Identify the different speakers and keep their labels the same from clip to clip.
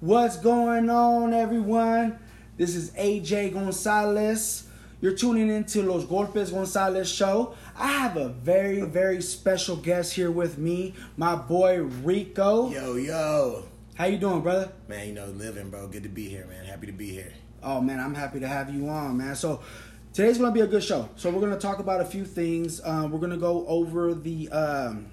Speaker 1: What's going on, everyone? This is AJ Gonzalez. You're tuning into Los Golpes Gonzalez show. I have a very, very special guest here with me, my boy Rico.
Speaker 2: Yo, yo.
Speaker 1: How you doing, brother?
Speaker 2: Man, you know, living, bro. Good to be here, man. Happy to be here.
Speaker 1: Oh man, I'm happy to have you on, man. So today's gonna be a good show. So we're gonna talk about a few things. Um, we're gonna go over the um,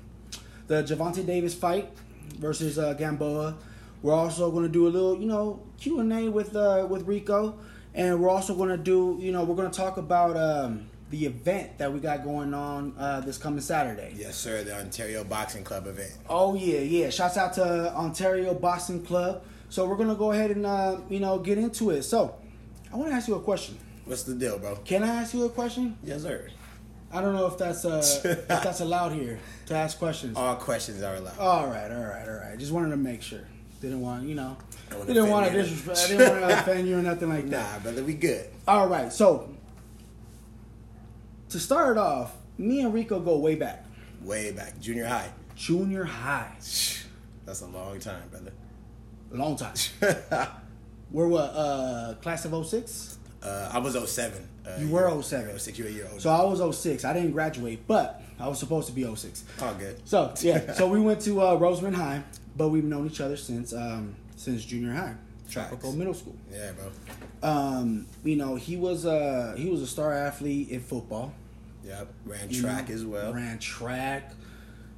Speaker 1: the Javante Davis fight versus uh, Gamboa. We're also gonna do a little, you know, Q and A with uh, with Rico, and we're also gonna do, you know, we're gonna talk about um, the event that we got going on uh, this coming Saturday.
Speaker 2: Yes, sir. The Ontario Boxing Club event.
Speaker 1: Oh yeah, yeah. Shouts out to Ontario Boxing Club. So we're gonna go ahead and uh, you know get into it. So I want to ask you a question.
Speaker 2: What's the deal, bro?
Speaker 1: Can I ask you a question?
Speaker 2: Yes, sir.
Speaker 1: I don't know if that's uh, if that's allowed here to ask questions.
Speaker 2: All questions are allowed.
Speaker 1: All right, all right, all right. Just wanted to make sure. Didn't want you know.
Speaker 2: Don't wanna
Speaker 1: Didn't want to
Speaker 2: offend you.
Speaker 1: disrespect. I didn't want to offend you or nothing like that.
Speaker 2: Nah, brother, we good.
Speaker 1: All right, so to start off, me and Rico go way back,
Speaker 2: Way back. Junior high.
Speaker 1: junior high,
Speaker 2: That's a long time, brother.
Speaker 1: long time. We're what uh, class of 06?
Speaker 2: Uh, I was 07. Uh,
Speaker 1: You were
Speaker 2: you're-
Speaker 1: 07.
Speaker 2: you're 06, you were a year older.
Speaker 1: So I was 06. I didn't graduate, but I was supposed to be 06.
Speaker 2: All good.
Speaker 1: So yeah, so we went to uh, Roseman High, but we've known each other since um, since junior high, tropical
Speaker 2: Facts.
Speaker 1: middle school.
Speaker 2: Yeah, bro.
Speaker 1: Um, you know, he was uh, he was a star athlete in football,
Speaker 2: Yep. Ran track as well.
Speaker 1: ran track,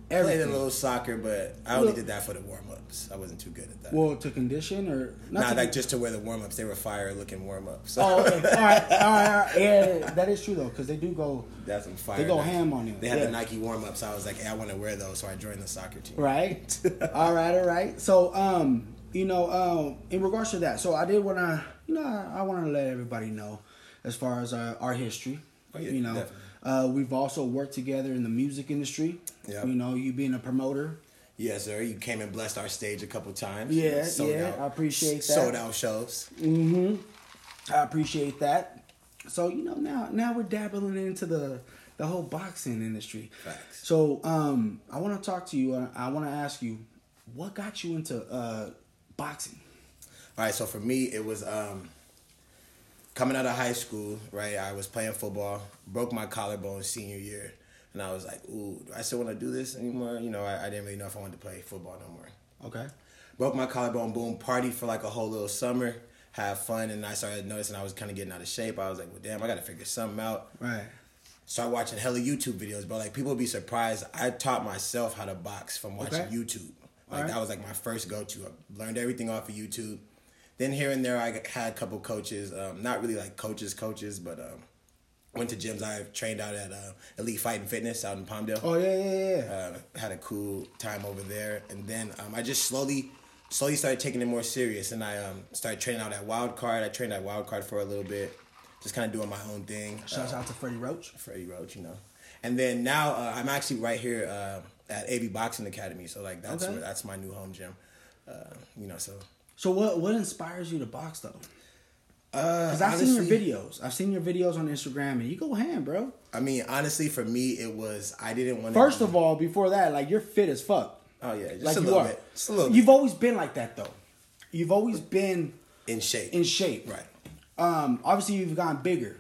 Speaker 2: Played a
Speaker 1: everything.
Speaker 2: little soccer, but I only
Speaker 1: Look.
Speaker 2: did that for the warm ups. I wasn't too good at that.
Speaker 1: Well, to condition or not
Speaker 2: nah,
Speaker 1: to
Speaker 2: like just to wear the warm ups. They were fire looking warm ups. So
Speaker 1: Oh, okay. all, right, all right, all right. Yeah, that is true though, because they do go
Speaker 2: that's some fire.
Speaker 1: They go
Speaker 2: Nike.
Speaker 1: ham on him,
Speaker 2: They had
Speaker 1: yeah.
Speaker 2: the Nike warm ups. I was like, hey, I want to wear those, so I joined the soccer team.
Speaker 1: Right. all right. All right. So, um, you know, um, in regards to that, so I did want to, you know, I, I want to let everybody know as far as our, our history.
Speaker 2: Oh, yeah,
Speaker 1: you know,
Speaker 2: definitely.
Speaker 1: uh, we've also worked together in the music industry.
Speaker 2: Yep.
Speaker 1: You know, you being a promoter.
Speaker 2: Yes, sir. You came and blessed our stage a couple times.
Speaker 1: Yeah, yeah, I appreciate that.
Speaker 2: Sold out shows.
Speaker 1: I appreciate that. So you know now now we're dabbling into the the whole boxing industry.
Speaker 2: Facts.
Speaker 1: So um, I want to talk to you. and I want to ask you, what got you into uh boxing?
Speaker 2: All right, so for me, it was um, coming out of high school, right? I was playing football, broke my collarbone senior year, and I was like, ooh, do I still want to do this anymore? You know, I, I didn't really know if I wanted to play football no more.
Speaker 1: Okay.
Speaker 2: broke my collarbone, boom, party for like a whole little summer, have fun, and I started noticing I was kind of getting out of shape. I was like, well, damn, I got to figure something out.
Speaker 1: Right.
Speaker 2: Start watching hella YouTube videos, but like people would be surprised. I taught myself how to box from watching
Speaker 1: Okay.
Speaker 2: YouTube. Like
Speaker 1: Alright.
Speaker 2: that was like my first go to. I learned everything off of YouTube. Then here and there, I had a couple coaches, um, not really like coaches, coaches, but um, went to gyms. I trained out at uh, Elite Fight and Fitness out in Palmdale
Speaker 1: Oh yeah yeah yeah, yeah.
Speaker 2: uh, had a cool time over there, and then um, I just slowly, slowly started taking it more serious, and I um, started training out at Wild Card. I trained at Wild Card for a little bit, just kind of doing my own thing.
Speaker 1: Shouts
Speaker 2: uh,
Speaker 1: out to Freddie Roach.
Speaker 2: Freddie Roach, you know. And then now uh, I'm actually right here uh, at AB Boxing Academy, so like that's
Speaker 1: Okay.
Speaker 2: where, that's my new home gym, uh, you know. So
Speaker 1: So what what inspires you to box though?
Speaker 2: Uh,
Speaker 1: Because I've seen your
Speaker 2: honestly-
Speaker 1: videos. I've seen your videos on Instagram, and you go ham, bro.
Speaker 2: I mean, honestly, for me, it was I didn't want
Speaker 1: First of all, before that, like you're fit as fuck.
Speaker 2: oh yeah, just
Speaker 1: like
Speaker 2: a
Speaker 1: you
Speaker 2: little
Speaker 1: are.
Speaker 2: bit, just a little
Speaker 1: You've
Speaker 2: bit
Speaker 1: always been like that though. You've always been
Speaker 2: in shape,
Speaker 1: in shape.
Speaker 2: right?
Speaker 1: Um. Obviously, you've gotten bigger.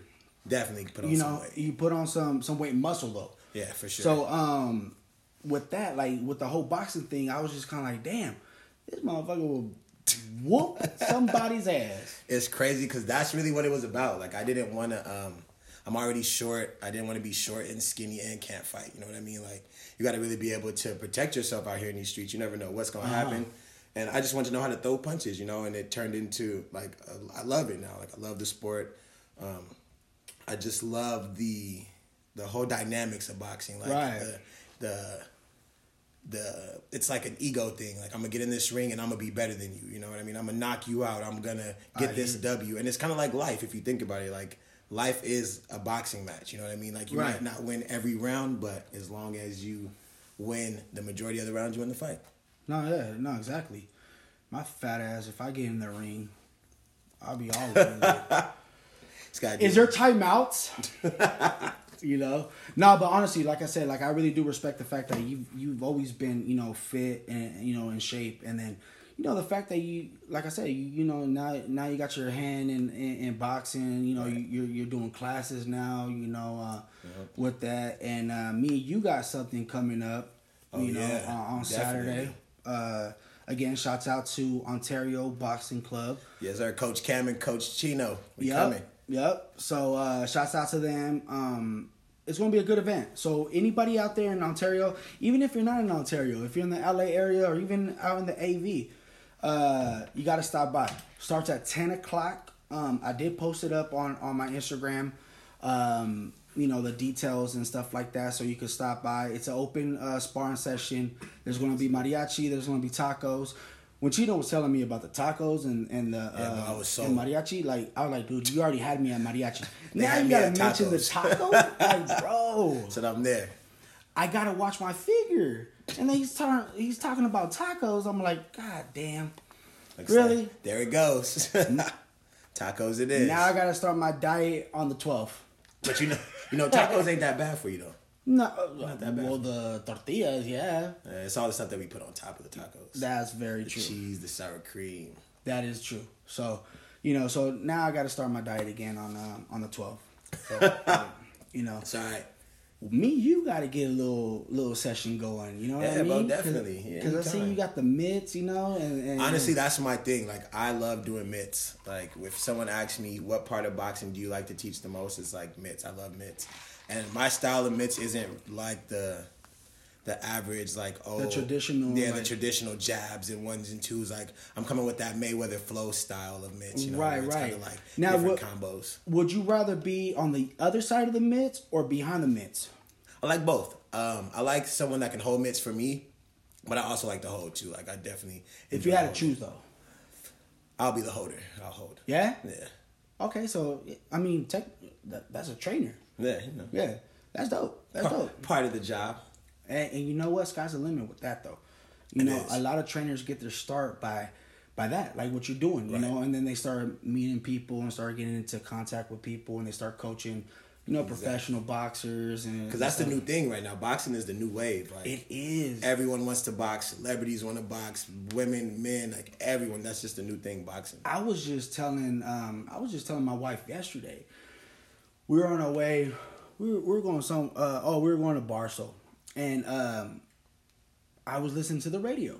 Speaker 2: Definitely put on
Speaker 1: You
Speaker 2: some
Speaker 1: know,
Speaker 2: weight.
Speaker 1: you put on some some weight muscle though.
Speaker 2: Yeah, for sure.
Speaker 1: So um, with that, like with the whole boxing thing, I was just kind of like, damn, this motherfucker will whoop somebody's ass.
Speaker 2: it's crazy because that's really what it was about. Like I didn't want to. Um, I'm already short. I didn't want to be short and skinny and can't fight. You know what I mean? Like you got to really be able to protect yourself out here in these streets. You never know what's gonna happen. And I just wanted to know how to throw punches. You know, and it turned into like uh, I love it now. Like I love the sport. Um, I just love the the whole dynamics of boxing. Like
Speaker 1: Right.
Speaker 2: the, the the it's like an ego thing. Like I'm gonna get in this ring and I'm gonna be better than you. You know what I mean? I'm gonna knock you out. I'm gonna get
Speaker 1: I
Speaker 2: this W. And it's kind of like life if you think about it. Like life is a boxing match. You know what I mean? Like you
Speaker 1: Right.
Speaker 2: might not win every round, but as long as you win the majority of the rounds, you win the fight.
Speaker 1: No, yeah, no, exactly. My fat ass, if I get in the ring, I'll be all over it.
Speaker 2: It's got
Speaker 1: Is there timeouts? you know, no, but honestly, like I said, like I really do respect the fact that you have you've always been you know fit and you know in shape, and then you know the fact that you like i said you, you know now now you got your hand in in, in boxing you know you, you're, you're doing classes now you know uh, with that and uh, me and you got something coming up
Speaker 2: Oh,
Speaker 1: you know
Speaker 2: yeah.
Speaker 1: on, on saturday
Speaker 2: Definitely.
Speaker 1: uh, again shouts out to ontario boxing club
Speaker 2: Yes, sir. Coach Cam and Coach Chino. We
Speaker 1: yep.
Speaker 2: coming.
Speaker 1: Yep. So uh shouts out to them. Um it's gonna be a good event. So anybody out there in Ontario, even if you're not in Ontario, if you're in the LA area or even out in the AV, uh, you gotta stop by. Starts at ten o'clock. Um, I did post it up on on my Instagram. Um, you know the details and stuff like that, so you can stop by. It's an open uh, sparring session. There's gonna be mariachi. There's gonna be tacos. When Chino was telling me about the tacos and and the
Speaker 2: no,
Speaker 1: uh,
Speaker 2: I was sold.
Speaker 1: and mariachi, like I was like, dude, you already had me at mariachi. Now
Speaker 2: had
Speaker 1: you
Speaker 2: me
Speaker 1: gotta
Speaker 2: at
Speaker 1: mention the taco, like, bro.
Speaker 2: So I'm there.
Speaker 1: I gotta watch my figure. And then he's talking, he's talking about tacos. I'm like, god damn.
Speaker 2: Looks
Speaker 1: Really?
Speaker 2: like- there it goes. tacos it is.
Speaker 1: Now I gotta start my diet on the 12th.
Speaker 2: but you know, you know, tacos ain't that bad for you though.
Speaker 1: No, uh,
Speaker 2: that bad.
Speaker 1: well the tortillas, yeah,
Speaker 2: Uh, it's all the stuff that we put on top of the tacos.
Speaker 1: that's very true.
Speaker 2: Cheese, the sour cream.
Speaker 1: That is true. So, you know, so now I gotta start my diet again on um, on the 12th. So, um, you know,
Speaker 2: It's all right.
Speaker 1: me you got to get a little little session going you know what
Speaker 2: Yeah,
Speaker 1: i mean
Speaker 2: bro, definitely. Yeah,
Speaker 1: because i see
Speaker 2: anytime.
Speaker 1: you got the mitts you know and, and
Speaker 2: Honestly, that's my thing. Like, I love doing mitts. Like, if someone asks me what part of boxing do you like to teach the most, it's like mitts. I love mitts, and my style of mitts isn't like the the average like oh
Speaker 1: traditional,
Speaker 2: yeah
Speaker 1: like-
Speaker 2: the traditional jabs and ones and twos. Like, I'm coming with that Mayweather flow style of mitts. You know,
Speaker 1: Right,
Speaker 2: where it's
Speaker 1: right.
Speaker 2: Kinda like
Speaker 1: Now,
Speaker 2: different
Speaker 1: what-
Speaker 2: combos.
Speaker 1: would you rather be on the other side of the mitts or behind the mitts
Speaker 2: I like both. Um, I like someone that can hold mitts for me, but I also like to hold too. Like, I definitely
Speaker 1: if you
Speaker 2: enjoy
Speaker 1: had to
Speaker 2: holding.
Speaker 1: choose though
Speaker 2: I'll be the holder. I'll hold.
Speaker 1: yeah
Speaker 2: Yeah.
Speaker 1: okay so i mean tech, that, that's a trainer
Speaker 2: Yeah. You know.
Speaker 1: yeah that's dope that's
Speaker 2: Par-
Speaker 1: dope
Speaker 2: Part of the job.
Speaker 1: And, and you know what? Sky's the limit with that though. You
Speaker 2: It
Speaker 1: know,
Speaker 2: is.
Speaker 1: a lot of trainers get their start by by that, like what you're doing, you know, and then they start meeting people and start getting into contact with people and they start coaching, you know, professional boxers and
Speaker 2: Because that's the new thing right now. Boxing is the new wave. Like
Speaker 1: it is.
Speaker 2: everyone wants to box. Celebrities want to box. Women, men, like everyone. That's just the new thing. Boxing.
Speaker 1: I was just telling um I was just telling my wife yesterday. We were on our way. We were, we were going some uh oh, we were going to Barso. And um I was listening to the radio.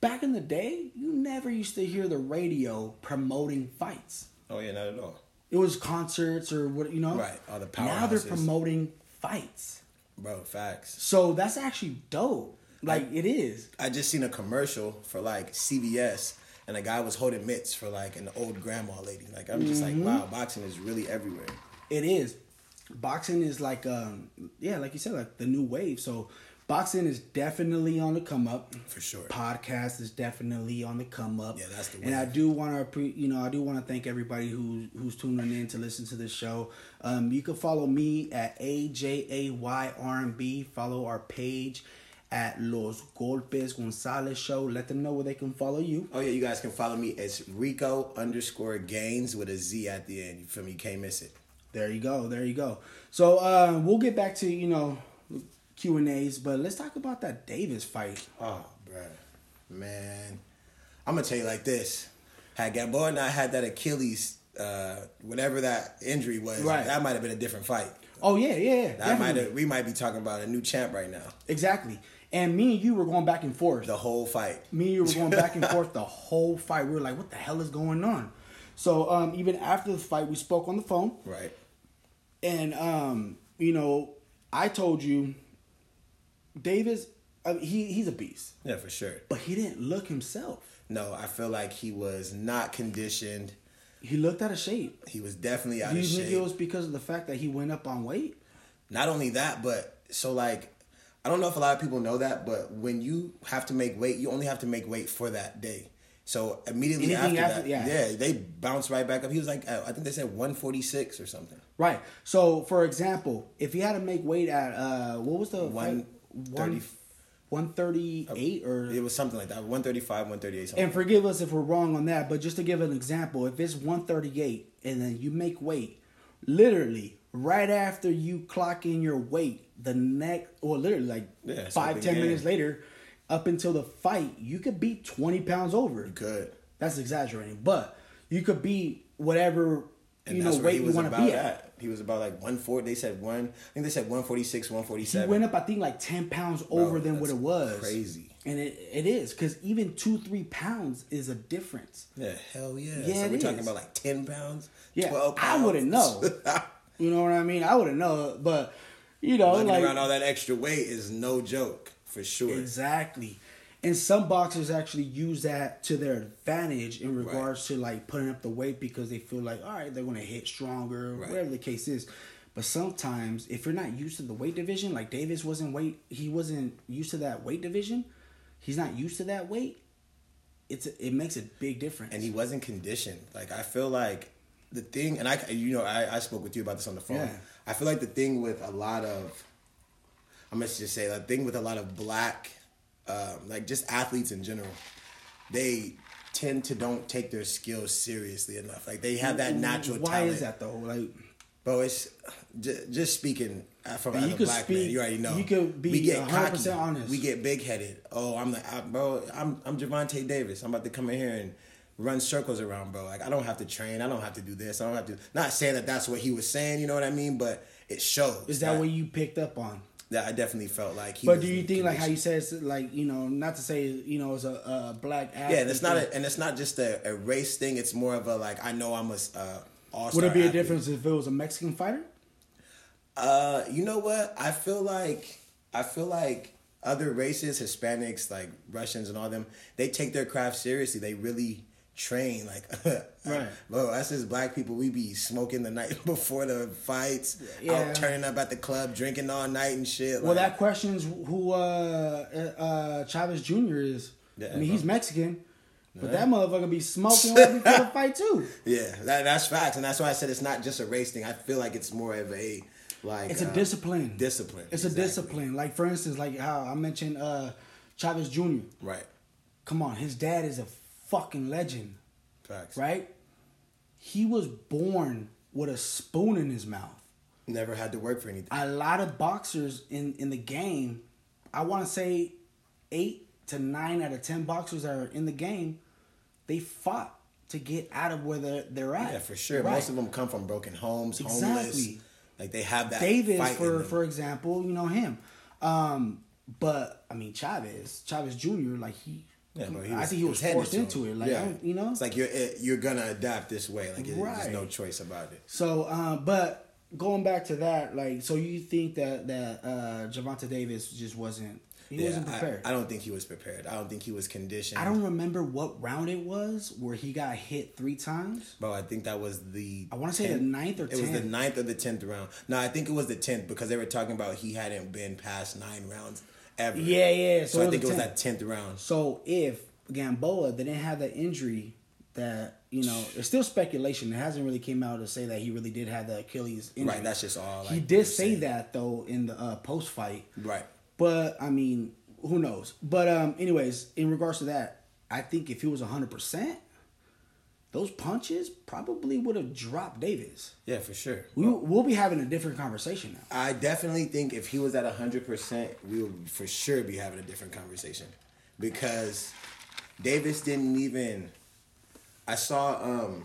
Speaker 1: Back in the day, you never used to hear the radio promoting fights.
Speaker 2: Oh yeah, not at all.
Speaker 1: It was concerts or what you know.
Speaker 2: Right, all the
Speaker 1: Now they're
Speaker 2: powerhouses.
Speaker 1: promoting fights.
Speaker 2: Bro, facts.
Speaker 1: So that's actually dope. Like it is.
Speaker 2: I just seen a commercial for like CVS, and a guy was holding mitts for like an old grandma lady. Like I'm just like, wow, boxing is really everywhere.
Speaker 1: It is. Boxing is like um yeah, like you said, like the new wave. So boxing is definitely on the come up.
Speaker 2: For sure.
Speaker 1: Podcast is definitely on the come up.
Speaker 2: Yeah, that's the
Speaker 1: And I
Speaker 2: wave.
Speaker 1: do want to, you know, I do want to thank everybody who who's tuning in to listen to this show. Um, you can follow me at AJAY R&B. Follow our page at Los Golpes Gonzalez Show. Let them know where they can follow you.
Speaker 2: Oh yeah, you guys can follow me. It's Rico underscore Gaines with a Z at the end. You feel me? You can't miss it.
Speaker 1: There you go. There you go. So uh, we'll get back to you know Q and A's, but let's talk about that Davis fight.
Speaker 2: Oh, bruh. Man. I'm going to tell you like this. Had Gamboa and I had that Achilles, uh, whatever that injury was,
Speaker 1: Right.
Speaker 2: that might have been a different fight.
Speaker 1: Oh yeah, yeah, yeah.
Speaker 2: That might
Speaker 1: definitely.
Speaker 2: have, we might be talking about a new champ right now.
Speaker 1: exactly. And me and you were going back and forth.
Speaker 2: The whole fight.
Speaker 1: me and you were going back and forth the whole fight. We were like, "What the hell is going on?" So um, even after the fight, we spoke on the phone,
Speaker 2: Right.
Speaker 1: and um, you know, I told you, Davis, uh, he he's a beast,
Speaker 2: Yeah, for sure.
Speaker 1: but he didn't look himself.
Speaker 2: No, I feel like he was not conditioned.
Speaker 1: He looked out of shape.
Speaker 2: He was definitely out
Speaker 1: Do you
Speaker 2: of
Speaker 1: think
Speaker 2: shape.
Speaker 1: it was because of the fact that he went up on weight?
Speaker 2: not only that, but so like I don't know if a lot of people know that, but when you have to make weight, you only have to make weight for that day. So immediately
Speaker 1: Anything
Speaker 2: after,
Speaker 1: after-
Speaker 2: that,
Speaker 1: yeah.
Speaker 2: yeah. they bounce right back up. He was like, uh, I think they said 146 or something.
Speaker 1: Right. So, for example, if he had to make weight at uh, what was the
Speaker 2: One
Speaker 1: one
Speaker 2: thirty-
Speaker 1: one thirty eight or
Speaker 2: It was something like that, 135, 138, something.
Speaker 1: and forgive us if we're wrong on that, but just to give an example, if it's one thirty eight and then you make weight, literally right after you clock in your weight, the next or literally like
Speaker 2: Yeah, it's
Speaker 1: five
Speaker 2: like the
Speaker 1: ten
Speaker 2: game.
Speaker 1: minutes later, up until the fight, you could be 20 pounds over.
Speaker 2: You could.
Speaker 1: That's exaggerating, but you could be whatever
Speaker 2: And
Speaker 1: you know
Speaker 2: that's where
Speaker 1: weight
Speaker 2: he
Speaker 1: you
Speaker 2: was
Speaker 1: want to
Speaker 2: about
Speaker 1: be
Speaker 2: at.
Speaker 1: at.
Speaker 2: He was about like 140. They said one. I think they said 146,
Speaker 1: He
Speaker 2: 147.
Speaker 1: went up, I think, like 10 pounds over than what
Speaker 2: that's
Speaker 1: it was.
Speaker 2: crazy.
Speaker 1: And it, it is, because even two, three pounds is a difference.
Speaker 2: yeah, hell yeah.
Speaker 1: Yeah,
Speaker 2: so
Speaker 1: it
Speaker 2: we're talking
Speaker 1: is.
Speaker 2: about like 10 pounds,
Speaker 1: Yeah,
Speaker 2: 12
Speaker 1: I
Speaker 2: pounds.
Speaker 1: wouldn't know. you know what I mean? I wouldn't know, but you know,
Speaker 2: Lugging
Speaker 1: like
Speaker 2: around all that extra weight is no joke, for sure.
Speaker 1: exactly. And some boxers actually use that to their advantage in regards to like putting up the weight because they feel like, all right, they're gonna hit stronger,
Speaker 2: Right.
Speaker 1: whatever the case is. But sometimes, if you're not used to the weight division, like Davis wasn't weight, he wasn't used to that weight division. He's not used to that weight. It's it makes a big difference.
Speaker 2: and he wasn't conditioned. Like I feel like the thing, and I, you know, I, I spoke with you about this on the phone.
Speaker 1: Yeah.
Speaker 2: I feel like the thing with a lot of, I'm gonna just say the thing with a lot of black, um, like just athletes in general, they tend to don't take their skills seriously enough. Like they have that natural.
Speaker 1: Why
Speaker 2: talent.
Speaker 1: is that though? Like
Speaker 2: Bro, it's just, just speaking uh, from
Speaker 1: you
Speaker 2: as a
Speaker 1: could
Speaker 2: black man.
Speaker 1: speak-
Speaker 2: You already know.
Speaker 1: you could be
Speaker 2: We get
Speaker 1: 100%
Speaker 2: cocky.
Speaker 1: honest.
Speaker 2: We get big headed. Oh, I'm the I, bro. I'm I'm Javante Davis. I'm about to come in here and run circles around, bro. Like I don't have to train. I don't have to do this. I don't have to. Not saying that that's what he was saying. You know what I mean? But it shows.
Speaker 1: is that what you picked up on?
Speaker 2: that I definitely felt like? He
Speaker 1: But
Speaker 2: was
Speaker 1: do you think like how
Speaker 2: conditioned.
Speaker 1: you said it's like you know not to say you know it's a, a black athlete?
Speaker 2: Yeah, and it's not a, and it's not just a, a race thing. It's more of a like I know I'm a uh, all
Speaker 1: Would it be a difference if it was a Mexican fighter?
Speaker 2: Uh, you know what? I feel like I feel like other races, Hispanics, like Russians and all them, they take their craft seriously. They really train. Like,
Speaker 1: Right.
Speaker 2: bro, us as black people, we be smoking the night before the fights,
Speaker 1: Yeah.
Speaker 2: out turning up at the club, drinking all night and shit.
Speaker 1: Well,
Speaker 2: like,
Speaker 1: that questions who uh, uh, uh, Chavez Jr. is. I
Speaker 2: Yeah,
Speaker 1: mean,
Speaker 2: bro.
Speaker 1: he's Mexican, but that motherfucker be smoking right before the fight too.
Speaker 2: yeah, that, that's facts, and that's why I said it's not just a race thing. I feel like it's more of a like
Speaker 1: It's a
Speaker 2: uh,
Speaker 1: discipline.
Speaker 2: Discipline.
Speaker 1: It's
Speaker 2: exactly.
Speaker 1: a discipline. Like for instance, like how I mentioned uh, Chavez Jr.
Speaker 2: Right.
Speaker 1: Come on, his dad is a fucking legend,
Speaker 2: Facts.
Speaker 1: right? He was born with a spoon in his mouth.
Speaker 2: Never had to work for anything.
Speaker 1: a lot of boxers in in the game. I want to say eight to nine out of ten boxers that are in the game. They fought to get out of where they're, they're at.
Speaker 2: Yeah, for sure.
Speaker 1: Right.
Speaker 2: Most of them come from broken homes, homeless.
Speaker 1: Exactly.
Speaker 2: Like they have that.
Speaker 1: Davis,
Speaker 2: fight in
Speaker 1: for
Speaker 2: them.
Speaker 1: for example, you know him. Um, but I mean Chavez, Chavez Jr. Like he,
Speaker 2: Yeah, bro, he
Speaker 1: I think he
Speaker 2: he
Speaker 1: was
Speaker 2: headed
Speaker 1: forced
Speaker 2: to
Speaker 1: into it. Like I don't- you know,
Speaker 2: it's like you're it, you're gonna adapt this way. Like it, there's
Speaker 1: Right.
Speaker 2: no choice about it.
Speaker 1: So, um, but going back to that, like, so you think that that uh, Javante Davis just wasn't he
Speaker 2: Yeah,
Speaker 1: wasn't
Speaker 2: I-
Speaker 1: prepared.
Speaker 2: I, don't think he was prepared. I don't think he was conditioned.
Speaker 1: I don't remember what round it was where he got hit three times.
Speaker 2: Bro, I think that was the.
Speaker 1: I wanna say the ninth or
Speaker 2: It was the
Speaker 1: 10th.
Speaker 2: ninth or the tenth round. No, I think it was the tenth because they were talking about he hadn't been past nine rounds ever.
Speaker 1: Yeah, yeah, so
Speaker 2: So,
Speaker 1: it
Speaker 2: I
Speaker 1: was
Speaker 2: think
Speaker 1: the
Speaker 2: it was
Speaker 1: 10th.
Speaker 2: that tenth round.
Speaker 1: So if Gamboa didn't have the injury that you know, it's still speculation. It hasn't really came out to say that he really did have the Achilles injury.
Speaker 2: Right, that's just all,
Speaker 1: he
Speaker 2: like,
Speaker 1: did
Speaker 2: we're
Speaker 1: say
Speaker 2: saying.
Speaker 1: that though in the uh, post fight.
Speaker 2: Right.
Speaker 1: But I mean, who knows? But um, anyways, in regards to that, I think if he was hundred percent, those punches probably would have dropped Davis.
Speaker 2: Yeah, for sure.
Speaker 1: We, we'll be having a different conversation now.
Speaker 2: I definitely think if he was at 100%, we would for sure be having a different conversation because Davis didn't even I saw um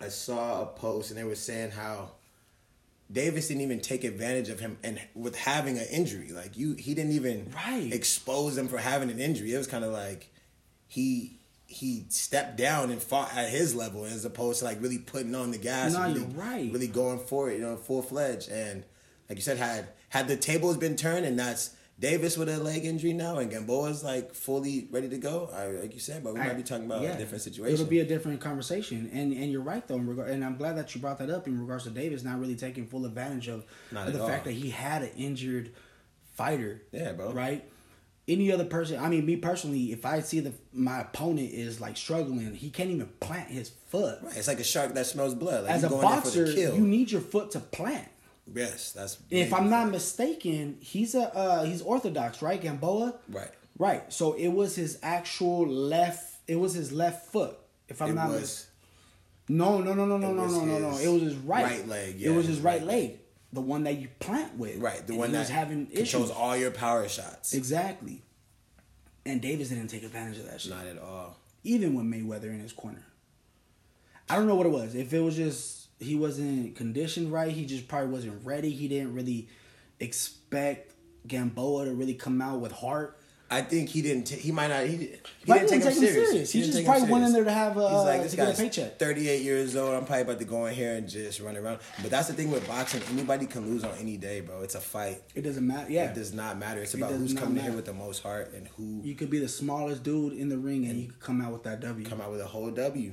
Speaker 2: I saw a post and they were saying how Davis didn't even take advantage of him and with having an injury. Like you he didn't even
Speaker 1: Right.
Speaker 2: expose him for having an injury. It was kind of like he he stepped down and fought at his level as opposed to like really putting on the gas.
Speaker 1: No,
Speaker 2: and
Speaker 1: you're right.
Speaker 2: Really going for it, you know, full fledged. And like you said, had had the tables been turned, and that's Davis with a leg injury now, and Gamboa's like fully ready to go. I, like you said, but we might be talking about
Speaker 1: Yeah.
Speaker 2: a different situation.
Speaker 1: It'll be a different conversation, and and you're right though. In regard, and I'm glad that you brought that up in regards to Davis not really taking full advantage of,
Speaker 2: Not
Speaker 1: of the
Speaker 2: at all.
Speaker 1: fact that he had an injured fighter.
Speaker 2: Yeah, bro.
Speaker 1: Right. Any other person? I mean, me personally, if I see the my opponent is like struggling, he can't even plant his foot.
Speaker 2: it's like a shark that smells blood. Like
Speaker 1: As
Speaker 2: you
Speaker 1: a
Speaker 2: going
Speaker 1: boxer,
Speaker 2: in for the kill.
Speaker 1: you need your foot to plant.
Speaker 2: yes, that's.
Speaker 1: If I'm not mistaken, he's a uh, he's Orthodox, right? Gamboa.
Speaker 2: Right.
Speaker 1: Right. So it was his actual left. It was his left foot. If I'm
Speaker 2: it
Speaker 1: not
Speaker 2: was
Speaker 1: no, no, no, no, no,
Speaker 2: It
Speaker 1: no,
Speaker 2: was
Speaker 1: no, no, no.
Speaker 2: his
Speaker 1: It was his right,
Speaker 2: right leg,
Speaker 1: it
Speaker 2: yeah,
Speaker 1: was his
Speaker 2: his
Speaker 1: right
Speaker 2: right
Speaker 1: leg, the one that you plant with.
Speaker 2: right the
Speaker 1: And
Speaker 2: one
Speaker 1: he was
Speaker 2: that
Speaker 1: having
Speaker 2: controls
Speaker 1: issues.
Speaker 2: all your power shots.
Speaker 1: Exactly. And Davis didn't take advantage of that shit.
Speaker 2: Not at all.
Speaker 1: Even with Mayweather in his corner. I don't know what it was. If it was just he wasn't conditioned right, he just probably wasn't ready. He didn't really expect Gamboa to really come out with heart.
Speaker 2: I think he didn't. T- he might not. He, did, he
Speaker 1: Right,
Speaker 2: didn't take him serious.
Speaker 1: He, just
Speaker 2: didn't take him
Speaker 1: probably went in
Speaker 2: serious.
Speaker 1: there to have a,
Speaker 2: He's like, this
Speaker 1: to get a
Speaker 2: guy's
Speaker 1: paycheck.
Speaker 2: 38 years old. I'm probably about to go in here and just run around. But that's the thing with boxing. Anybody can lose on any day, bro. It's a fight.
Speaker 1: It doesn't matter. Yeah,
Speaker 2: It does not matter. It's about
Speaker 1: does
Speaker 2: who's
Speaker 1: not
Speaker 2: coming in
Speaker 1: matter.
Speaker 2: here with the most heart and who
Speaker 1: you could be the smallest dude in the ring and you could come out with that W
Speaker 2: come out with a whole W,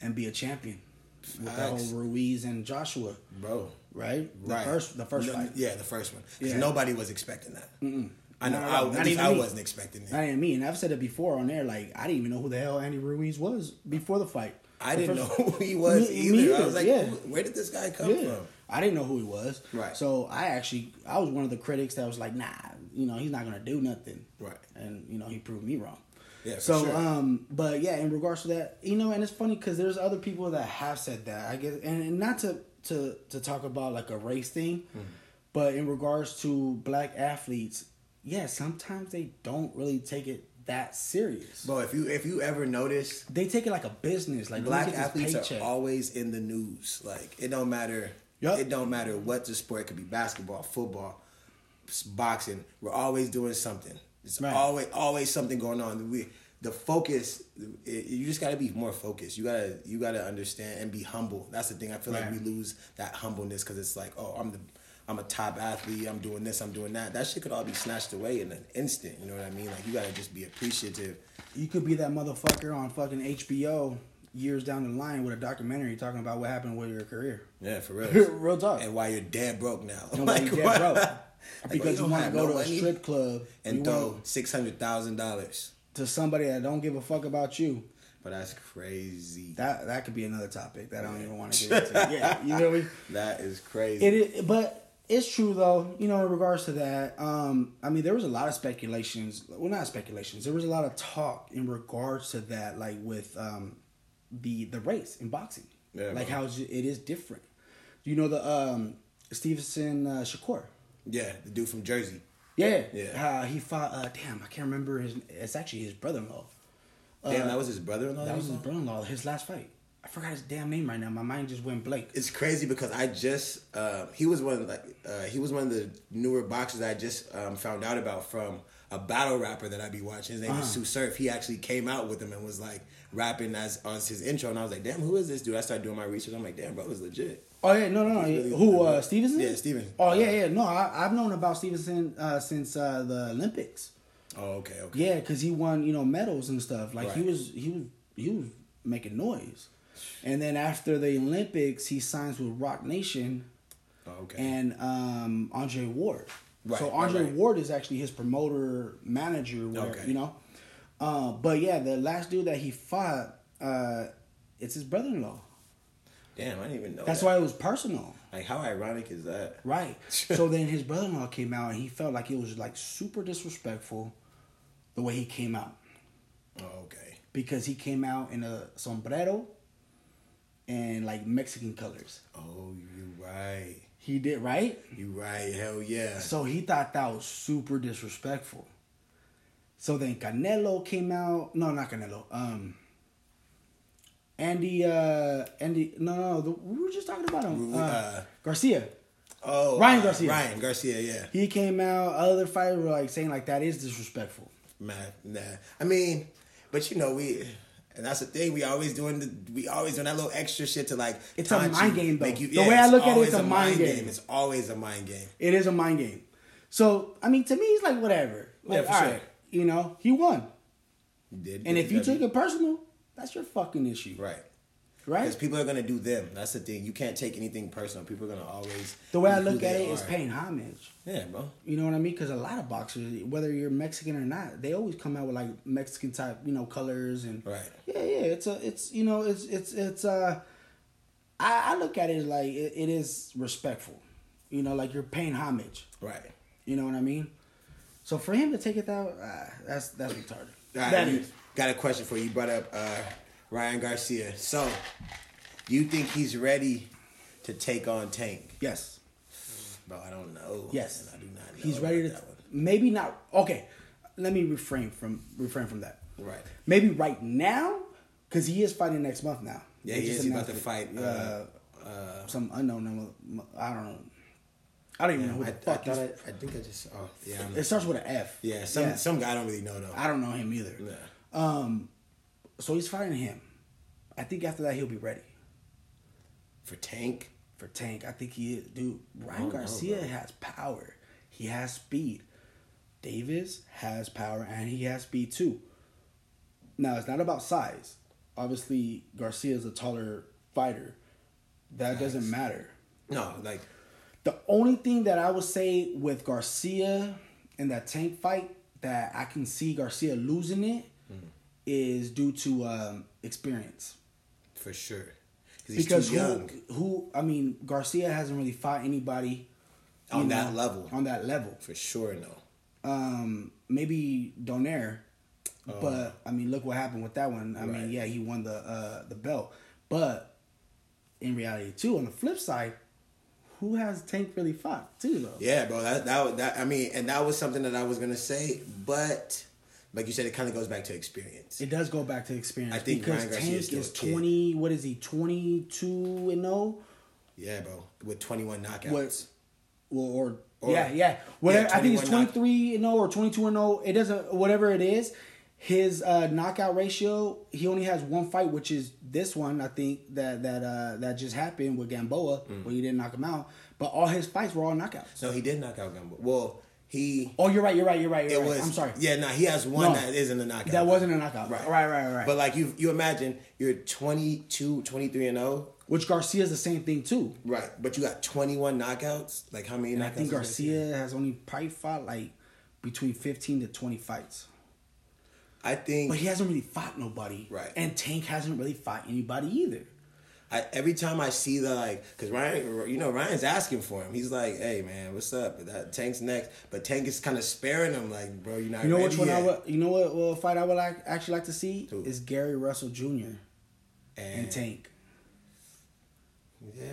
Speaker 1: and be a champion with the whole
Speaker 2: Facts.
Speaker 1: Ruiz and Joshua,
Speaker 2: bro.
Speaker 1: right? The
Speaker 2: right.
Speaker 1: first, the first
Speaker 2: No,
Speaker 1: fight.
Speaker 2: Yeah, the first one. 'Cause
Speaker 1: Yeah.
Speaker 2: Nobody was expecting that. I know.
Speaker 1: Not at
Speaker 2: I,
Speaker 1: all. Not
Speaker 2: at least
Speaker 1: even
Speaker 2: I
Speaker 1: me.
Speaker 2: wasn't expecting it.
Speaker 1: Not even me. And I've said it before on there. Like I didn't even know who the hell Andy Ruiz was before the fight.
Speaker 2: I
Speaker 1: The
Speaker 2: didn't know
Speaker 1: first-
Speaker 2: who he was
Speaker 1: Me-
Speaker 2: either.
Speaker 1: me
Speaker 2: I was
Speaker 1: either,
Speaker 2: like,
Speaker 1: yeah.
Speaker 2: "Who- where did this guy come
Speaker 1: Yeah.
Speaker 2: from?
Speaker 1: I didn't know who he was.
Speaker 2: Right.
Speaker 1: So I actually I was one of the critics that was like, nah, you know, he's not gonna do nothing.
Speaker 2: Right.
Speaker 1: And you know, he proved me wrong.
Speaker 2: Yeah, for
Speaker 1: so
Speaker 2: sure.
Speaker 1: um but yeah, in regards to that, you know, and it's funny because there's other people that have said that. I guess and, and not to to to talk about like a race thing,
Speaker 2: Mm-hmm.
Speaker 1: but in regards to black athletes, yeah, sometimes they don't really take it that serious.
Speaker 2: Bro, if you if you ever notice,
Speaker 1: they take it like a business, like
Speaker 2: black
Speaker 1: let me get this
Speaker 2: athletes are
Speaker 1: paycheck.
Speaker 2: always in the news. Like it don't matter.
Speaker 1: Yup.
Speaker 2: It don't matter what the sport it could be basketball, football, s- boxing. We're always doing something. It's
Speaker 1: Right.
Speaker 2: always always something going on. We the focus. It, you just gotta be more focused. You gotta you gotta understand and be humble. That's the thing. I feel
Speaker 1: Right.
Speaker 2: like we lose that humbleness because it's like, oh, I'm the I'm a top athlete. I'm doing this. I'm doing that. That shit could all be snatched away in an instant. You know what I mean? Like you gotta just be appreciative.
Speaker 1: You could be that motherfucker on fucking HBO years down the line with a documentary talking about what happened with your career.
Speaker 2: Yeah, for real.
Speaker 1: Real talk.
Speaker 2: and why you're dead broke now.
Speaker 1: Nobody
Speaker 2: Like,
Speaker 1: get
Speaker 2: why-
Speaker 1: broke.
Speaker 2: Like, why
Speaker 1: Because you
Speaker 2: don't
Speaker 1: want to
Speaker 2: have
Speaker 1: go
Speaker 2: no
Speaker 1: to a
Speaker 2: money
Speaker 1: strip club you
Speaker 2: and
Speaker 1: wanna-
Speaker 2: throw six hundred thousand dollars.
Speaker 1: to somebody that don't give a fuck about you.
Speaker 2: But that's crazy.
Speaker 1: That that could be another topic that I don't even want to get into. yeah, you know what I mean?
Speaker 2: that is crazy.
Speaker 1: It is, but it's true though. You know, in regards to that, um, I mean, there was a lot of speculations. Well, not speculations. There was a lot of talk in regards to that, like with um, the the race in boxing,
Speaker 2: Yeah,
Speaker 1: like
Speaker 2: bro.
Speaker 1: how it's- it is different. Do you know the um, Stevenson uh, Shakur?
Speaker 2: yeah, the dude from Jersey.
Speaker 1: Yeah,
Speaker 2: Yeah.
Speaker 1: Uh, he fought. Uh, damn, I can't remember his. It's actually his brother-in-law.
Speaker 2: Damn, that was his brother-in-law.
Speaker 1: Uh, That was his
Speaker 2: brother.
Speaker 1: brother-in-law. His last fight. I forgot his damn name right now. My mind just went blank.
Speaker 2: It's crazy because I just uh, he was one of like uh, he was one of the newer boxers I just um, found out about from a battle rapper that I be watching. His name
Speaker 1: Uh.
Speaker 2: is Sue Surf. He actually came out with him and was like rapping as on his intro, and I was like, "Damn, who is this dude?" I started doing my research. I'm like, "Damn, bro, it's legit."
Speaker 1: Oh yeah, no, no, no.
Speaker 2: He's really-
Speaker 1: Who uh, Stevenson?
Speaker 2: Yeah, Stevenson.
Speaker 1: Oh yeah, yeah. No, I, I've known about Stevenson uh, since uh, the Olympics.
Speaker 2: Oh, okay, okay.
Speaker 1: Yeah, because he won, you know, medals and stuff. Like he
Speaker 2: Right.
Speaker 1: was, he was, he was making noise. And then after the Olympics, he signs with Rock Nation
Speaker 2: Oh, okay.
Speaker 1: and um, Andre Ward.
Speaker 2: Right,
Speaker 1: So
Speaker 2: right,
Speaker 1: Andre
Speaker 2: right.
Speaker 1: Ward is actually his promoter manager. Where,
Speaker 2: Okay.
Speaker 1: You know, uh, but yeah, the last dude that he fought, uh, it's his brother-in-law.
Speaker 2: Damn, I didn't even know.
Speaker 1: That's
Speaker 2: that.
Speaker 1: why it was personal.
Speaker 2: Like, how ironic is that?
Speaker 1: Right. so then his brother in law came out and he felt like it was like super disrespectful the way he came out
Speaker 2: Oh, okay.
Speaker 1: because he came out in a sombrero and like Mexican colors.
Speaker 2: Oh, you right.
Speaker 1: He did, right?
Speaker 2: You right. Hell yeah.
Speaker 1: So he thought that was super disrespectful. So then Canelo came out. No, not Canelo. Um, Andy, uh, Andy, no, no, the, we were just talking about him.
Speaker 2: Ru-
Speaker 1: Uh,
Speaker 2: uh,
Speaker 1: Garcia.
Speaker 2: oh,
Speaker 1: Ryan Garcia.
Speaker 2: Ryan Garcia. Yeah.
Speaker 1: He came out. Other fighters were like saying like that is disrespectful.
Speaker 2: Nah, nah. I mean, but you know we. And that's the thing we always doing. The, we always doing that little extra shit to like.
Speaker 1: It's a
Speaker 2: taunt
Speaker 1: mind game, though.
Speaker 2: make
Speaker 1: The way I look at it,
Speaker 2: always
Speaker 1: it's a mind game.
Speaker 2: It's always a mind game.
Speaker 1: It is a mind game. So I mean, to me, he's like whatever.
Speaker 2: Yeah,
Speaker 1: Like,
Speaker 2: for
Speaker 1: all
Speaker 2: sure.
Speaker 1: right, you know, he won.
Speaker 2: You did-
Speaker 1: And if you
Speaker 2: did-
Speaker 1: took it personal, that's your fucking issue,
Speaker 2: right, because
Speaker 1: Right?
Speaker 2: people are gonna do them. That's the thing. You can't take anything personal. People are gonna always.
Speaker 1: The way I
Speaker 2: be who
Speaker 1: look at
Speaker 2: they
Speaker 1: it is
Speaker 2: are.
Speaker 1: paying homage.
Speaker 2: Yeah, bro.
Speaker 1: You know what I mean? Because a lot of boxers, whether you're Mexican or not, they always come out with like Mexican type, you know, colors and
Speaker 2: Right.
Speaker 1: Yeah, yeah. It's a, it's you know, it's it's it's uh, I, I look at it like it, it is respectful. You know, like you're paying homage.
Speaker 2: Right.
Speaker 1: You know what I mean? So for him to take it out, uh, that's that's retarded.
Speaker 2: All right,
Speaker 1: That
Speaker 2: you-
Speaker 1: is.
Speaker 2: Got a question for you. You brought up uh, Ryan Garcia. So, do you think he's ready to take on Tank?
Speaker 1: Yes.
Speaker 2: Bro, I don't know.
Speaker 1: Yes.
Speaker 2: And I do not know.
Speaker 1: He's ready to
Speaker 2: about that one.
Speaker 1: maybe not okay. let me refrain from refrain from that.
Speaker 2: Right.
Speaker 1: Maybe right now, because he is fighting next month now.
Speaker 2: Yeah,
Speaker 1: They
Speaker 2: he
Speaker 1: just
Speaker 2: is. He about to
Speaker 1: announced
Speaker 2: fight.
Speaker 1: it.
Speaker 2: Uh,
Speaker 1: Uh, some unknown. number- I don't know. I don't even know who
Speaker 2: I,
Speaker 1: the
Speaker 2: I
Speaker 1: fuck.
Speaker 2: thought I,
Speaker 1: this-
Speaker 2: I think I just. Oh yeah. I'm-
Speaker 1: it starts with an F.
Speaker 2: yeah. Some some guy I don't really know though.
Speaker 1: I don't know him either. Um,
Speaker 2: yeah.
Speaker 1: So he's fighting him. I think after that he'll be ready
Speaker 2: For Tank.
Speaker 1: for Tank. I think he is. Dude, Ryan
Speaker 2: don't know,
Speaker 1: Garcia
Speaker 2: bro.
Speaker 1: has power. He has speed. Davis has power and he has speed too. Now it's not about size. Obviously, Garcia is a taller fighter. That doesn't matter.
Speaker 2: No, like
Speaker 1: The only thing that I would say with Garcia in that tank fight that I can see Garcia losing it is
Speaker 2: Mm-hmm.
Speaker 1: due to um, experience.
Speaker 2: for sure. Cause he's
Speaker 1: Because
Speaker 2: too young.
Speaker 1: who, who, I mean, Garcia hasn't really fought anybody you
Speaker 2: On that level.
Speaker 1: On that level,
Speaker 2: For sure, no.
Speaker 1: um, maybe Donaire, but I mean, look what happened with that one. I
Speaker 2: Oh. Right.
Speaker 1: mean, yeah, he won the uh, the belt, but in reality, too, on the flip side, who has Tank really fought too though?
Speaker 2: Yeah, bro. That that was- that. I mean, and that was something that I was gonna say, but like you said, it kind of goes back to experience.
Speaker 1: It does go back to experience.
Speaker 2: I think
Speaker 1: because
Speaker 2: Ryan Garcia
Speaker 1: Tank
Speaker 2: is still
Speaker 1: is
Speaker 2: a kid.
Speaker 1: twenty. What is he? Twenty two and oh? zero.
Speaker 2: yeah, bro. With twenty one knockouts.
Speaker 1: What? Well, or,
Speaker 2: Or-
Speaker 1: yeah, yeah. Whatever. I think it's
Speaker 2: 21
Speaker 1: twenty
Speaker 2: knock-
Speaker 1: three and zero or twenty two and zero. It doesn't. Whatever it is, his uh, knockout ratio. He only has one fight, which is this one. I think that that uh, that just happened with Gamboa
Speaker 2: Mm-hmm.
Speaker 1: when he didn't knock him out. But all his fights were all knockouts.
Speaker 2: No, he did knock out Gumbo. Well, he.
Speaker 1: Oh, you're right. You're right. You're right. You're
Speaker 2: It
Speaker 1: right.
Speaker 2: was.
Speaker 1: I'm sorry.
Speaker 2: Yeah, no, he has one
Speaker 1: No.
Speaker 2: that isn't a knockout.
Speaker 1: That wasn't a knockout. Right. Right. Right. Right.
Speaker 2: But like you, you imagine you're 22, 23 and zero,
Speaker 1: which Garcia's the same thing too.
Speaker 2: right? But you got twenty one knockouts. Like how many? knockouts
Speaker 1: I think
Speaker 2: is that?
Speaker 1: Garcia has only probably fought like between 15 to 20 fights.
Speaker 2: I think.
Speaker 1: But he hasn't really fought nobody.
Speaker 2: Right.
Speaker 1: And Tank hasn't really fought anybody either.
Speaker 2: I, every time I see the like, cause Ryan, you know, Ryan's asking for him. He's like, "Hey man, what's up?" But that Tank's next, but Tank is kind of sparing him. Like, bro, you're not.
Speaker 1: You know
Speaker 2: ready
Speaker 1: which one I
Speaker 2: yet."
Speaker 1: would you know what well, fight I would like actually like to see
Speaker 2: Who?
Speaker 1: is Gary Russell Jr. and,
Speaker 2: And
Speaker 1: Tank.
Speaker 2: Yeah.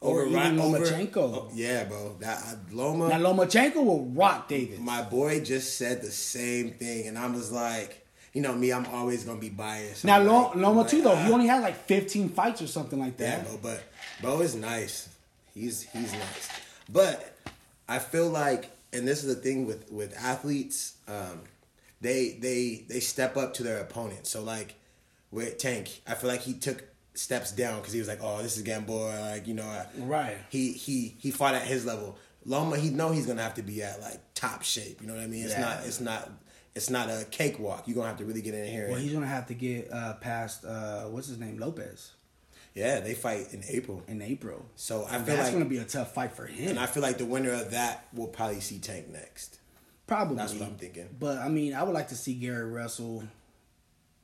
Speaker 1: Or even
Speaker 2: Ryan-
Speaker 1: Lomachenko.
Speaker 2: oh, yeah, bro. That I, Loma.
Speaker 1: Now Lomachenko will rock David.
Speaker 2: my boy just said the same thing, and I was like, you know me, I'm always gonna be biased.
Speaker 1: Now
Speaker 2: I'm
Speaker 1: Lo-
Speaker 2: like-
Speaker 1: Loma
Speaker 2: I'm
Speaker 1: too
Speaker 2: like,
Speaker 1: though,
Speaker 2: ah,
Speaker 1: he only had like 15 fights or something like
Speaker 2: yeah,
Speaker 1: that.
Speaker 2: bro, but bro is nice. He's he's nice, but I feel like, and this is the thing with with athletes, um, they they they step up to their opponent. So like with Tank, I feel like he took steps down because he was like, oh, this is Gamboa, like you know, I-
Speaker 1: Right.
Speaker 2: He he he fought at his level. Loma, he know he's gonna have to be at like top shape. You know what I mean? It's
Speaker 1: Yeah.
Speaker 2: not it's not it's not a cakewalk. You're gonna have to really get in here.
Speaker 1: Well, he's gonna have to get uh, past uh, what's his name Lopez
Speaker 2: yeah, they fight in April.
Speaker 1: in April.
Speaker 2: So I feel
Speaker 1: That's
Speaker 2: like
Speaker 1: gonna be a tough fight for him.
Speaker 2: And I feel like the winner of that will probably see Tank next.
Speaker 1: Probably.
Speaker 2: That's what I'm thinking.
Speaker 1: But I mean, I would like to see Gary Russell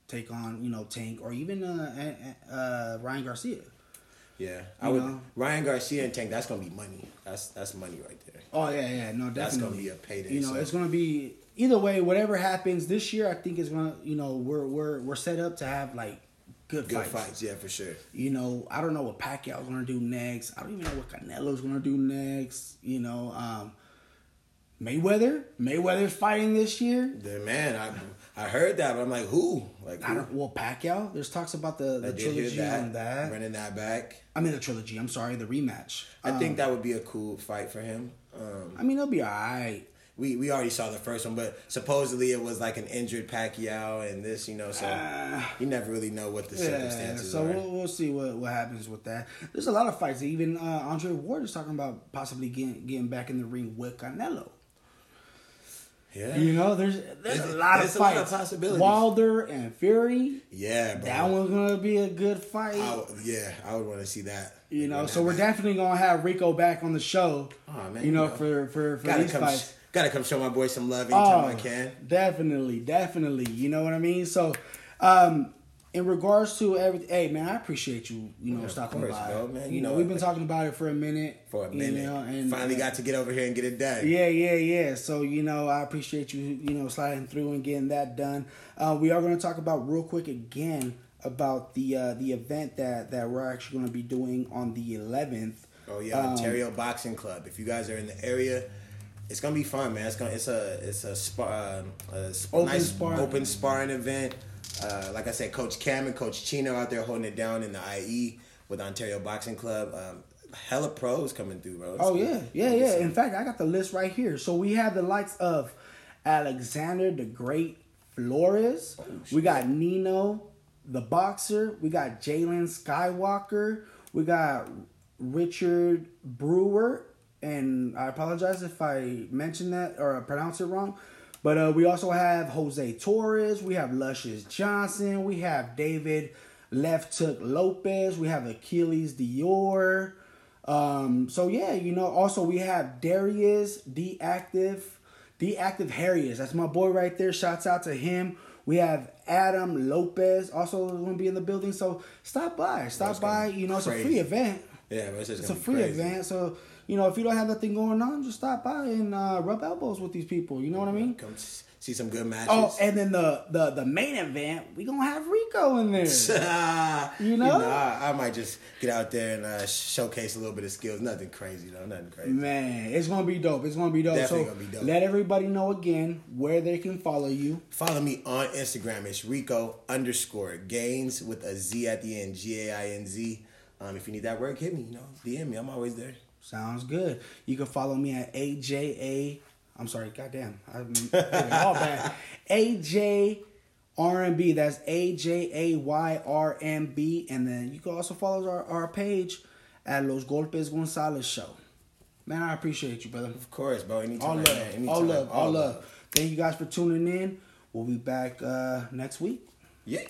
Speaker 1: take on you know Tank or even uh, uh, uh, Ryan Garcia.
Speaker 2: Yeah, I
Speaker 1: You
Speaker 2: would.
Speaker 1: know.
Speaker 2: Ryan Garcia and Tank. That's gonna be money. That's that's money right there.
Speaker 1: Oh yeah, yeah, no, definitely.
Speaker 2: That's gonna be a payday,
Speaker 1: You know,
Speaker 2: so.
Speaker 1: it's gonna be either way. Whatever happens this year, I think it's gonna you know we're we're we're set up to have like good,
Speaker 2: Good
Speaker 1: fights.
Speaker 2: fights, yeah, for sure.
Speaker 1: You know, I don't know what Pacquiao's gonna do next. I don't even know what Canelo's gonna do next. You know, um, Mayweather. Mayweather's fighting this year.
Speaker 2: The man, I I heard that, but I'm like, who? Like,
Speaker 1: I
Speaker 2: who?
Speaker 1: don't, well, Pacquiao. There's talks about the, the
Speaker 2: I did hear
Speaker 1: trilogy on
Speaker 2: that,
Speaker 1: that.
Speaker 2: running that back.
Speaker 1: I mean, the trilogy. I'm sorry, the rematch.
Speaker 2: I
Speaker 1: I,
Speaker 2: think that would be a cool fight for him. Um,
Speaker 1: I mean, it'll be all right.
Speaker 2: we we already saw the first one, but supposedly it was like an injured Pacquiao and this, you know. So you never really know what the
Speaker 1: Ah. Yeah,
Speaker 2: circumstances
Speaker 1: so
Speaker 2: are.
Speaker 1: we'll, we'll see what, what happens with that. There's a lot of fights. Even uh, Andre Ward is talking about possibly getting getting back in the ring with Canelo.
Speaker 2: yeah,
Speaker 1: You know, there's there's a
Speaker 2: There's-
Speaker 1: lot
Speaker 2: there's
Speaker 1: of
Speaker 2: a lot
Speaker 1: fights.
Speaker 2: of possibilities.
Speaker 1: Wilder and Fury.
Speaker 2: yeah, Oh, bro.
Speaker 1: That one's gonna be a good fight.
Speaker 2: I would- yeah, I would want to see that.
Speaker 1: you
Speaker 2: Like,
Speaker 1: know,
Speaker 2: run
Speaker 1: so
Speaker 2: that
Speaker 1: we're
Speaker 2: back.
Speaker 1: definitely gonna have Rico back on the show.
Speaker 2: Aw, man,
Speaker 1: you know,
Speaker 2: you know.
Speaker 1: for for for
Speaker 2: gotta
Speaker 1: these
Speaker 2: come,
Speaker 1: fights.
Speaker 2: gotta come show my boy some love anytime
Speaker 1: Oh.
Speaker 2: I can.
Speaker 1: Definitely, definitely. You know what I mean? So, um, in regards to everything, hey man, I appreciate you. You know,
Speaker 2: of
Speaker 1: stopping
Speaker 2: course,
Speaker 1: by.
Speaker 2: bro, man.
Speaker 1: You,
Speaker 2: You
Speaker 1: know,
Speaker 2: know,
Speaker 1: we've been talking about it for a minute.
Speaker 2: For a
Speaker 1: you
Speaker 2: minute,
Speaker 1: know, and uh,
Speaker 2: finally got to get over here and get it done.
Speaker 1: Yeah, yeah, yeah. So you know, I appreciate you. You know, sliding through and getting that done. Uh, we are going to talk about real quick again about the uh, the event that that we're actually going to be doing on the 11th. Um,
Speaker 2: Oh yeah, Ontario Boxing Club. If you guys are in the area, it's gonna be fun, man. It's gonna it's a it's a spar uh, a sp-
Speaker 1: Open
Speaker 2: nice
Speaker 1: sparring.
Speaker 2: open sparring event. Uh, like I said, Coach Cam and Coach Chino out there holding it down in the IE with Ontario Boxing Club. Um, hella pros coming through, bro. It's
Speaker 1: Oh yeah,
Speaker 2: gonna-
Speaker 1: yeah,
Speaker 2: gonna be
Speaker 1: yeah.
Speaker 2: some-
Speaker 1: In fact, I got the list right here. So we have the likes of Alexander the Great Flores. we got Nino the boxer. We got Jalen Skywalker. We got Richard Brewer. And I apologize if I mentioned that or pronounce it wrong. But uh, we also have Jose Torres. We have Luscious Johnson. We have David Left Hook Lopez. We have Achilles Dior. Um, so yeah, you know, also we have Darius Deactive, Deactive Harriers. That's my boy right there. Shouts out to him. We have Adam Lopez also gonna be in the building. So stop by. Stop
Speaker 2: That's
Speaker 1: by.
Speaker 2: gonna be
Speaker 1: You know, it's a
Speaker 2: crazy.
Speaker 1: free event.
Speaker 2: yeah, bro, it's, just
Speaker 1: It's a
Speaker 2: gonna be
Speaker 1: free
Speaker 2: crazy.
Speaker 1: event. So, you know, if you don't have nothing going on, just stop by and uh, rub elbows with these people. You know what I mean?
Speaker 2: Come s- see some good matches.
Speaker 1: Oh, and then the the the main event, we gonna have Rico in there. You know?
Speaker 2: I, I might just get out there and uh, showcase a little bit of skills. Nothing crazy though. Nothing crazy.
Speaker 1: Man, it's gonna be dope. It's gonna be dope.
Speaker 2: Definitely
Speaker 1: so
Speaker 2: gonna be dope.
Speaker 1: let everybody know again where they can follow you.
Speaker 2: Follow me on Instagram. It's Rico underscore Gaines with a Z at the end. G A I N Z. Um, if you need that work, hit me. You know, DM me. I'm always there.
Speaker 1: Sounds good. You can follow me at AJA. I'm sorry, goddamn. I'm getting all bad. AJ RMB. That's A J A Y R M B. And then you can also follow our, our page at Los Golpes Gonzalez Show. Man, I appreciate you, brother.
Speaker 2: Of course, bro. Anytime.
Speaker 1: All love.
Speaker 2: man. Anytime.
Speaker 1: All love. All love. Thank you guys for tuning in. We'll be back uh, next week.
Speaker 2: Yeah.